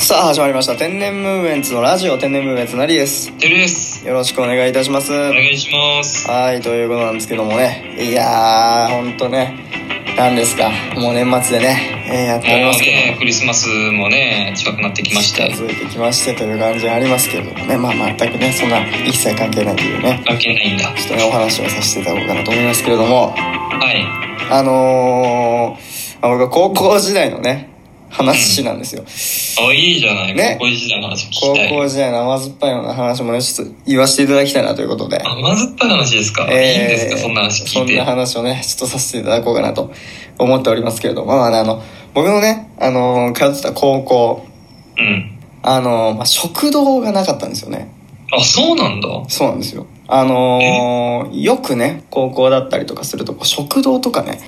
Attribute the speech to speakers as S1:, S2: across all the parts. S1: 始まりました天然ムーブメンツのラジオ天然ムーブメンツなりです
S2: てるです。
S1: よろしくお願いいたします
S2: お願いします。
S1: はいということなんですけどもねいやーほんとね何ですかもう年末でね、えーやっており
S2: も
S1: ま
S2: う
S1: すけど
S2: ね、クリスマスもね、近くなってきました。
S1: 続いてきましてという感じはありますけどもねまあ全くねそんな一切関係ないというね
S2: 関係ないんだ。
S1: ちょっとねお話をさせていただこうかなと思いますけれども
S2: はい。
S1: あのー、まあ僕は高校時代のね話なんですよ、
S2: あ、いいじゃない。
S1: ね
S2: 高校時代の話聞き
S1: 高
S2: たい。
S1: 校時代の甘酸っぱいような話もねちょっと言わせていただきたいなということで
S2: あ、まずった話ですか、いいんですかそんな話聞い
S1: そん
S2: て。
S1: な話をね、ちょっとさせていただこうかなと思っておりますけれども、まあね、あの、僕のね、あの、通ってた高校、
S2: うん。
S1: あの、まあ、食堂がなかったんですよね。
S2: あ、そうなんだ。
S1: そうなんですよ。あのーよくね、高校だったりとかすると、こう食堂とかね、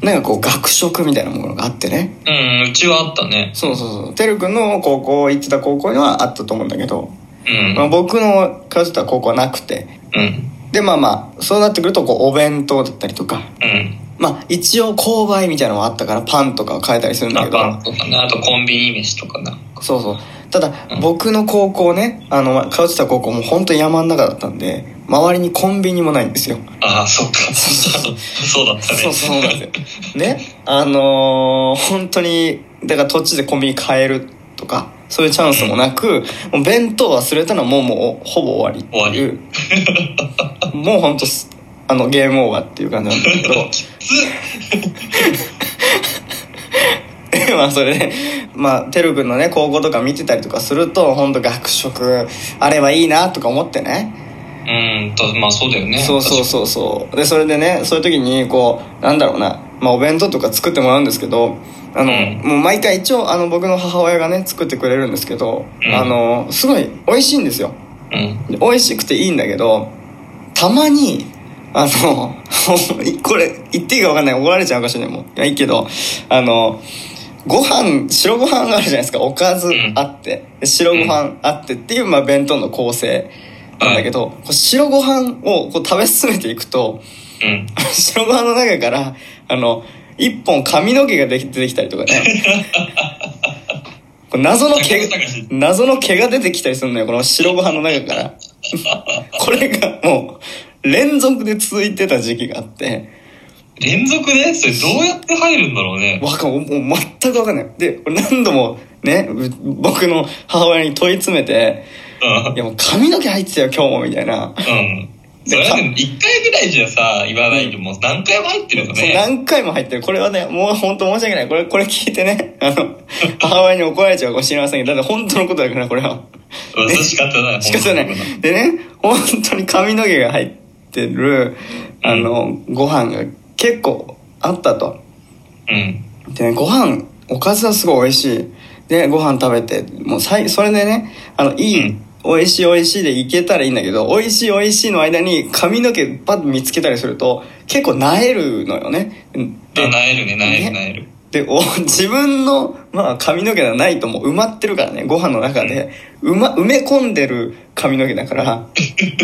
S2: うん。
S1: なんかこう、学食みたいなものがあってね。
S2: うん、うちはあったね。
S1: そうそうそう。てるくんの高校、行ってた高校にはあったと思うんだけど、
S2: うん。
S1: まあ、僕の通ってた高校はなくて。
S2: うん。
S1: で、まあまあ、そうなってくると、こう、お弁当だったりとか、
S2: うん。
S1: まあ一応購買みたいなのもあったからパンとかを買えたりするんだ
S2: あ、
S1: けど
S2: パンとかね。あとコンビニ飯とかな。
S1: そうそうただ
S2: うん
S1: 僕の高校ねあの通ってた高校も本当に山の中だったんで周りにコンビニもないんですよ
S2: あ、そっか。 そうだったね。
S1: そうそうなんですよねあのー本当にだから土地でコンビニ買えるとかそういうチャンスもなくもう弁当忘れたのはもうもうほぼ終わりって いうもう本当すあのゲームオーバーっていう感じなんだけど
S2: きつっ
S1: で まあそれで、まあ、てるくんのね、高校とか見てたりとかすると、ほんと学食あればいいなとか思ってね。
S2: うんと、まあそうだよね。
S1: そうそうそうそう。で、それでね、そういう時に、こう、なんだろうな、まあお弁当とか作ってもらうんですけど、あの、
S2: うん
S1: もう毎回一応、あの、僕の母親がね、作ってくれるんですけど、
S2: うん
S1: あの、すごい美味しいんですよ。
S2: 確かに。うん。
S1: で美味しくていいんだけど、たまに、あの、 これ、言っていいか分かんない。怒られちゃうかもしれない。もう。いや、いいけど、あの、ご飯、白ご飯があるじゃないですか。おかず
S2: うん
S1: あって、で白ご飯あってっていう、まあ、弁当の構成なんだけど、こう白ご飯をこう食べ進めていくと、
S2: うん。
S1: 白ご飯の中から、あの、一本髪の毛ができ出てきたりとか ね。こう謎の毛が、謎の毛が出てきたりするのよ、この白ご飯の中 から。これがもう、連続で続いてた時期があって、
S2: 連続でそれどうやって入るんだろうね。
S1: わかん、もう全くわかんない。で、俺何度もね、う僕の母親に問い詰めて、
S2: うん
S1: い。やもう髪の毛入ってたよ、今日も、みたいな。
S2: うん。それはね、一回ぐらいじゃさ、言わないでもう何回も入ってるの
S1: そう
S2: ね。
S1: 何回も入ってる。これはね、もう本当申し訳ない。これ、これ聞いてね、あ の、母親に怒られちゃうかもしれませんけど、だって本当のことだから、これは。
S2: うん、それ仕方ない。
S1: 仕方な
S2: 本当に
S1: い。でね、本当に髪の毛が入ってる、あの、ご飯が結構あったと。
S2: うん。
S1: でね、ご飯、おかずはすごい美味しい。で、ご飯食べて、もうさい、それでね、あの、いい、
S2: うん
S1: 美味しい美味しいでいけたらいいんだけど、美味しい美味しいの間に髪の毛パッと見つけたりすると、結構なえるのよね。
S2: あ、
S1: で、
S2: なえるね、なえ
S1: ね
S2: る、なえる。
S1: でお 自分の、まあ、髪の毛がないともう埋まってるからね、ご飯の中で、うま、埋め込んでる髪の毛だから、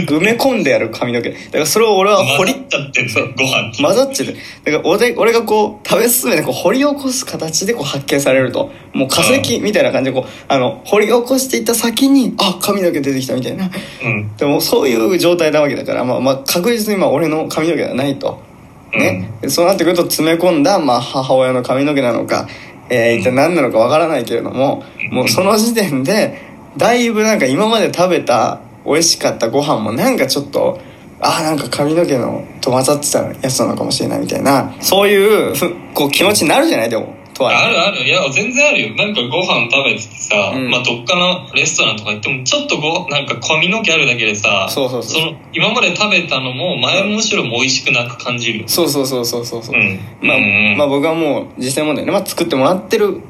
S1: 埋め込んでやる髪の毛。だからそれを俺は掘
S2: 混
S1: り
S2: ざっちゃってんの、ご飯に。
S1: 混ざってるだから俺俺がこう食べ進めてこう掘り起こす形でこう発見されるともう化石みたいな感じでこうあの掘り起こしていった先にあ髪の毛出てきたみたいな
S2: うん。
S1: でもそういう状態なわけだから、まあ、まあ確実にまあ俺の髪の毛がないと、ねでそうなってくると詰め込んだ、まあ、母親の髪の毛なのか、えー一体何なのかわからないけれどももうその時点でだいぶなんか今まで食べた美味しかったご飯もなんかちょっとあーなんか髪の毛のと混ざってたやつなのかもしれないみたいなそういうふこう気持ちになるじゃないでもとは
S2: あるある。いや、全然あるよ。なんかご飯食べててさ、
S1: うん
S2: まあ、どっかのレストランとか行っても、ちょっとご、なんか髪の毛あるだけでさ、
S1: そうそうそう
S2: の、今まで食べたのも、前も後ろも美味しくなく感じるよ。。
S1: そうそうそうそうそうそううんまあ
S2: うん、
S1: まあ僕はもう実際問題ね、まあ、作ってもらってる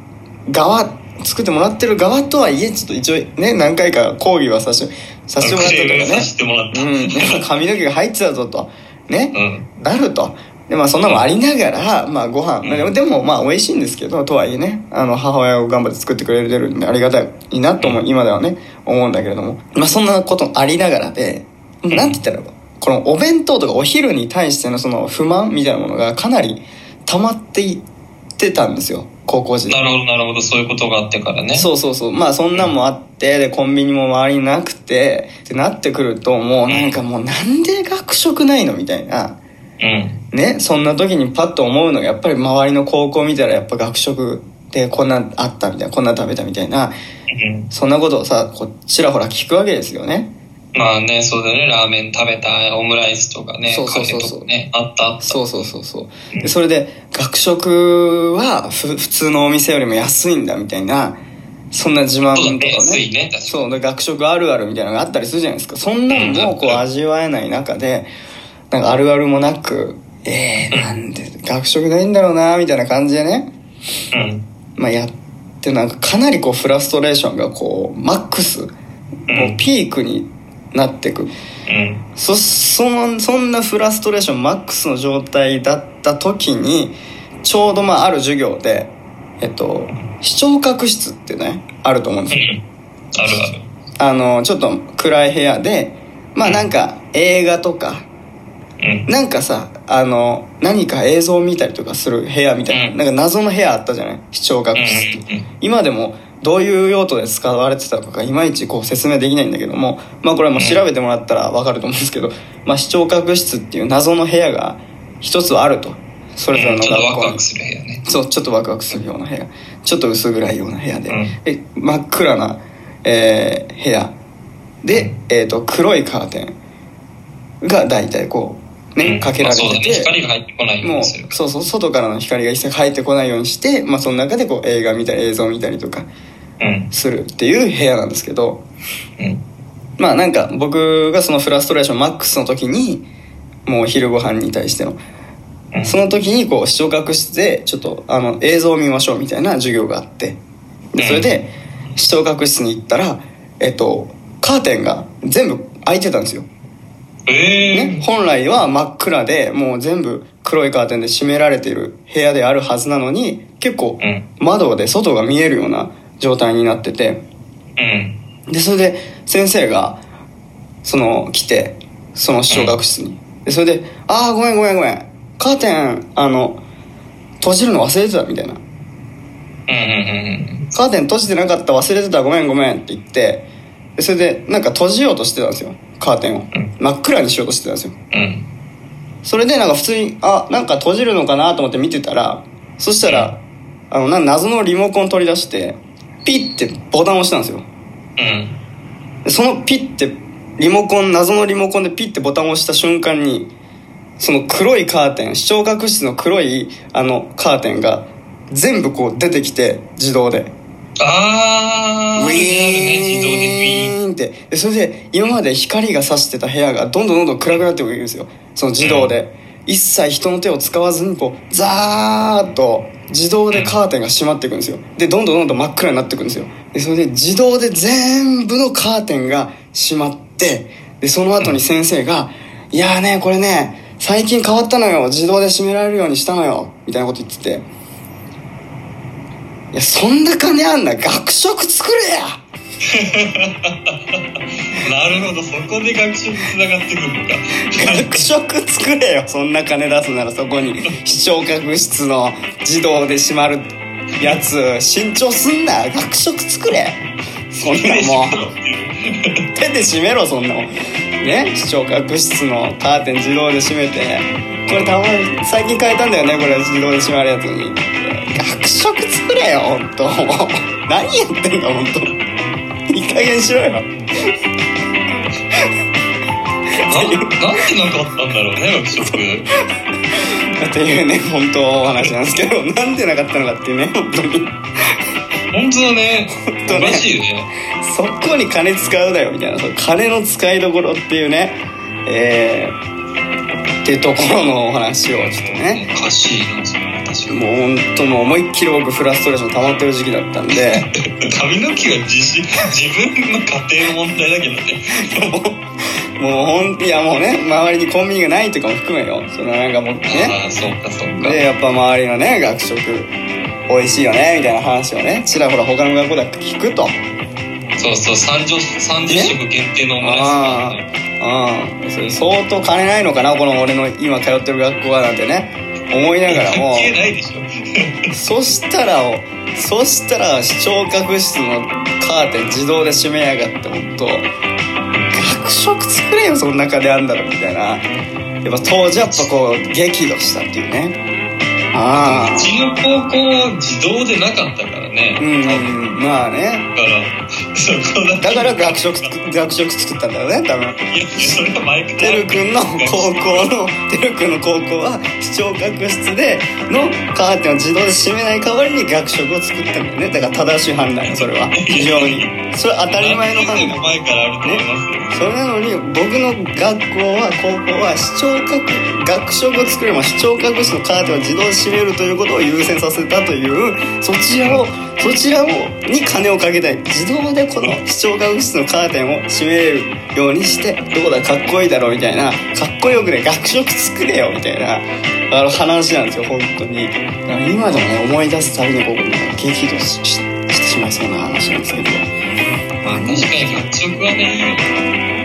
S1: 側作ってもらってる側とはいえちょっと一応ね何回か講義はさせてさせてもらった
S2: クレームさ
S1: と
S2: せてもらった。
S1: かね、うん、やっぱ髪の毛が入ってたぞとね
S2: うん。
S1: なるとでまあそんなもありながら、まあご飯、まあでもでもまあ美味しいんですけどとはいえねあの母親を頑張って作ってくれてるんでありがたいなとも今ではね思うんだけれどもまあそんなことありながらでなんて言ったらいいのこのお弁当とかお昼に対してのその不満みたいなものがかなり溜まっていってたんですよ高校時代
S2: なるほど、なるほど。そういうことがあってからね。
S1: そうそうそうまあそんなんもあってでコンビニも周りになくてってなってくるともうなんかもうなんで学食ないのみたいな
S2: うん。
S1: ねそんな時にパッと思うのがやっぱり周りの高校見たらやっぱ学食でこんなんあったみたいなこんなん食べたみたいな
S2: うん
S1: そんなことをさこうちらほら聞くわけですよね
S2: まあね、そうだよね。ラーメン食べた、オムライスとかね、
S1: そうそうそう
S2: カフェ
S1: そ
S2: と
S1: う
S2: かね。あった、あった。
S1: そうそうそうそうでそれで学食はふ普通のお店よりも安いんだみたいなそんな自慢
S2: そうだ
S1: と
S2: ね。
S1: か
S2: 安い
S1: ね
S2: ね。確か
S1: そうで学食あるあるみたいなのがあったりするじゃないですかそんなのもこう味わえない中でなんかあるあるもなくえー、なんで学食ないんだろうなみたいな感じでね
S2: に。うん。
S1: まあ、やってなんかかなりこうフラストレーションがこうマックス、もうピークになってく
S2: うん。
S1: そそのそんなフラストレーションマックスの状態だった時にちょうどまあある授業で、えっと、視聴覚室ってねあると思うんです
S2: う
S1: よ
S2: ん。あるある。
S1: あのちょっと暗い部屋でまあなんか映画とか
S2: うん。
S1: なんかさあの何か映像を見たりとかする部屋みたいな,、
S2: うん
S1: なんか謎の部屋あったじゃない視聴覚室って。
S2: うん。
S1: 今でもどういう用途で使われてたのかがいまいちこう説明できないんだけどもまあこれはもう調べてもらったらわかると思うんですけど、まあ、視聴覚室っていう謎の部屋が一つはあるとそれぞれの
S2: ちょっとワ
S1: 学
S2: ク
S1: 校
S2: ワ
S1: に
S2: クする部屋ね。
S1: そうちょっとワクワクするような部屋ちょっと薄暗いような部屋で,、
S2: うん
S1: で真っ暗な、えー部屋で、えー、と黒いカーテンが大体こう
S2: う
S1: ね
S2: ん
S1: かけられ
S2: まあ
S1: て
S2: そうだ
S1: て、
S2: ね。光が入ってこないよう
S1: もう
S2: にする。
S1: そうそう外からの光が一切入ってこないようにして、まあ、その中でこう映画見たり映像を見たりとか
S2: うん。
S1: するっていう部屋なんですけど
S2: うん。
S1: まあなんか僕がそのフラストレーションマックスの時にもう昼ご飯に対しての
S2: うん
S1: その時にこう視聴覚室でちょっとあの映像を見ましょうみたいな授業があってでそれで視聴覚室に行ったらえっとカーテンが全部開いてたんですよね
S2: え、
S1: 本来は真っ暗でもう全部黒いカーテンで閉められている部屋であるはずなのに結構
S2: えうん。
S1: 窓で外が見えるような状態になってて
S2: うん。
S1: でそれで先生がその来てその小学室にでそれで「ああごめんごめんごめんカーテンあの閉じるの忘れてた」みたいな
S2: うんうん
S1: 「カーテン閉じてなかった忘れてたごめんごめん」って言ってでそれでなんか閉じようとしてたんですよカーテンを
S2: うん
S1: 真っ暗にしようとしてたんですよ
S2: うんうん。うん。
S1: それでなんか普通にあなんか閉じるのかなと思って見てたらそしたらあのな謎のリモコン取り出してピッてボタンを押したんですよ
S2: うん。
S1: でそのピッてリモコン謎のリモコンでピッてボタンを押した瞬間にその黒いカーテン視聴覚室の黒いあのカーテンが全部こう出てきて自動で
S2: あー。
S1: ウィ
S2: 自動でウィーン。
S1: ーンってでそれで今まで光が差してた部屋がどんどんどんどん暗くなっていくんですよその自動で、一切人の手を使わずにこうザーッと自動でカーテンが閉まっていくんですよでどんどんどんどん真っ暗になっていくんですよでそれで自動で全部のカーテンが閉まってでその後に先生が「いやーねこれね最近変わったのよ自動で閉められるようにしたのよ」みたいなこと言ってていやそんな金あんな学食作れや
S2: なるほど、そこで学習につながってくるのか。
S1: 学食作れよそんな金出すならそこに視聴覚室の自動で閉まるやつ慎重すんな学食作れそんなもん手で閉めろそんなもんね視聴覚室のカーテン自動で閉めてこれたまに最近変えたんだよねこれ自動で閉まるやつに学食作れよ本当 何やってんだ本当いい加減しろよ
S2: なんなんでなかあったんだろうね、学食。
S1: っていうね本当お話なんですけどなんでなかったのかっていうね本当に。
S2: 本当だね。
S1: 当
S2: お
S1: ね
S2: かしいよね。
S1: そこに金使うだよみたいなその金の使いどころっていうねえー、っていうところのお話をちょっとね
S2: おかしいな、それ確かに。
S1: もう本当もう思いっきり僕フラストレーション溜まってる時期だったんで
S2: 髪の毛は自信、 自分の家庭の問題だけどね。
S1: もうほんいやもうね周りにコンビニがないとかも含めよそのなんかもうね
S2: ああ、そうか、そうか。
S1: でやっぱ周りのね学食美味しいよねみたいな話をねちらほら他の学校では聞くと
S2: そうそう、三十三十食限定のオムライス
S1: あ
S2: だね
S1: あうんそれ相当金ないのかなこの俺の今通ってる学校はなんてね思いながらも
S2: 関係ないでしょ。
S1: そしたらそしたら視聴覚室のカーテン自動で閉めやがってほんと学食作れよその中であんだろみたいなやっぱ当時やっぱこう激怒したっていうねあ
S2: う
S1: あ
S2: ちの高校は自動でなかったからね。
S1: うんうんまあね
S2: だから、そこだ
S1: だから学食作学食作ったんだよね多分
S2: いや、それはマイク
S1: てるくんの高
S2: 校。
S1: 校のてるくんの高校は視聴覚室でのカーテンを自動で閉めない代わりに学食を作ったんだよねだから正しい判断よそれは非常にそれは当たり前の判断
S2: 前からあると思いますよ。
S1: それなのに僕の学校は高校は視聴覚学食を作れば視聴覚室のカーテンを自動で閉めるということを優先させたというそちらを そちらをに金をかけたい自動でこの視聴覚室のカーテンを閉めるようにしてどうだかっこいいだろうみたいなかっこよくね学食作れよみたいなあの話なんですよ本当にだから今でもね思い出すたびにこうなんか激怒しししてしまいそうな話なんですけど
S2: 確かに学食はね、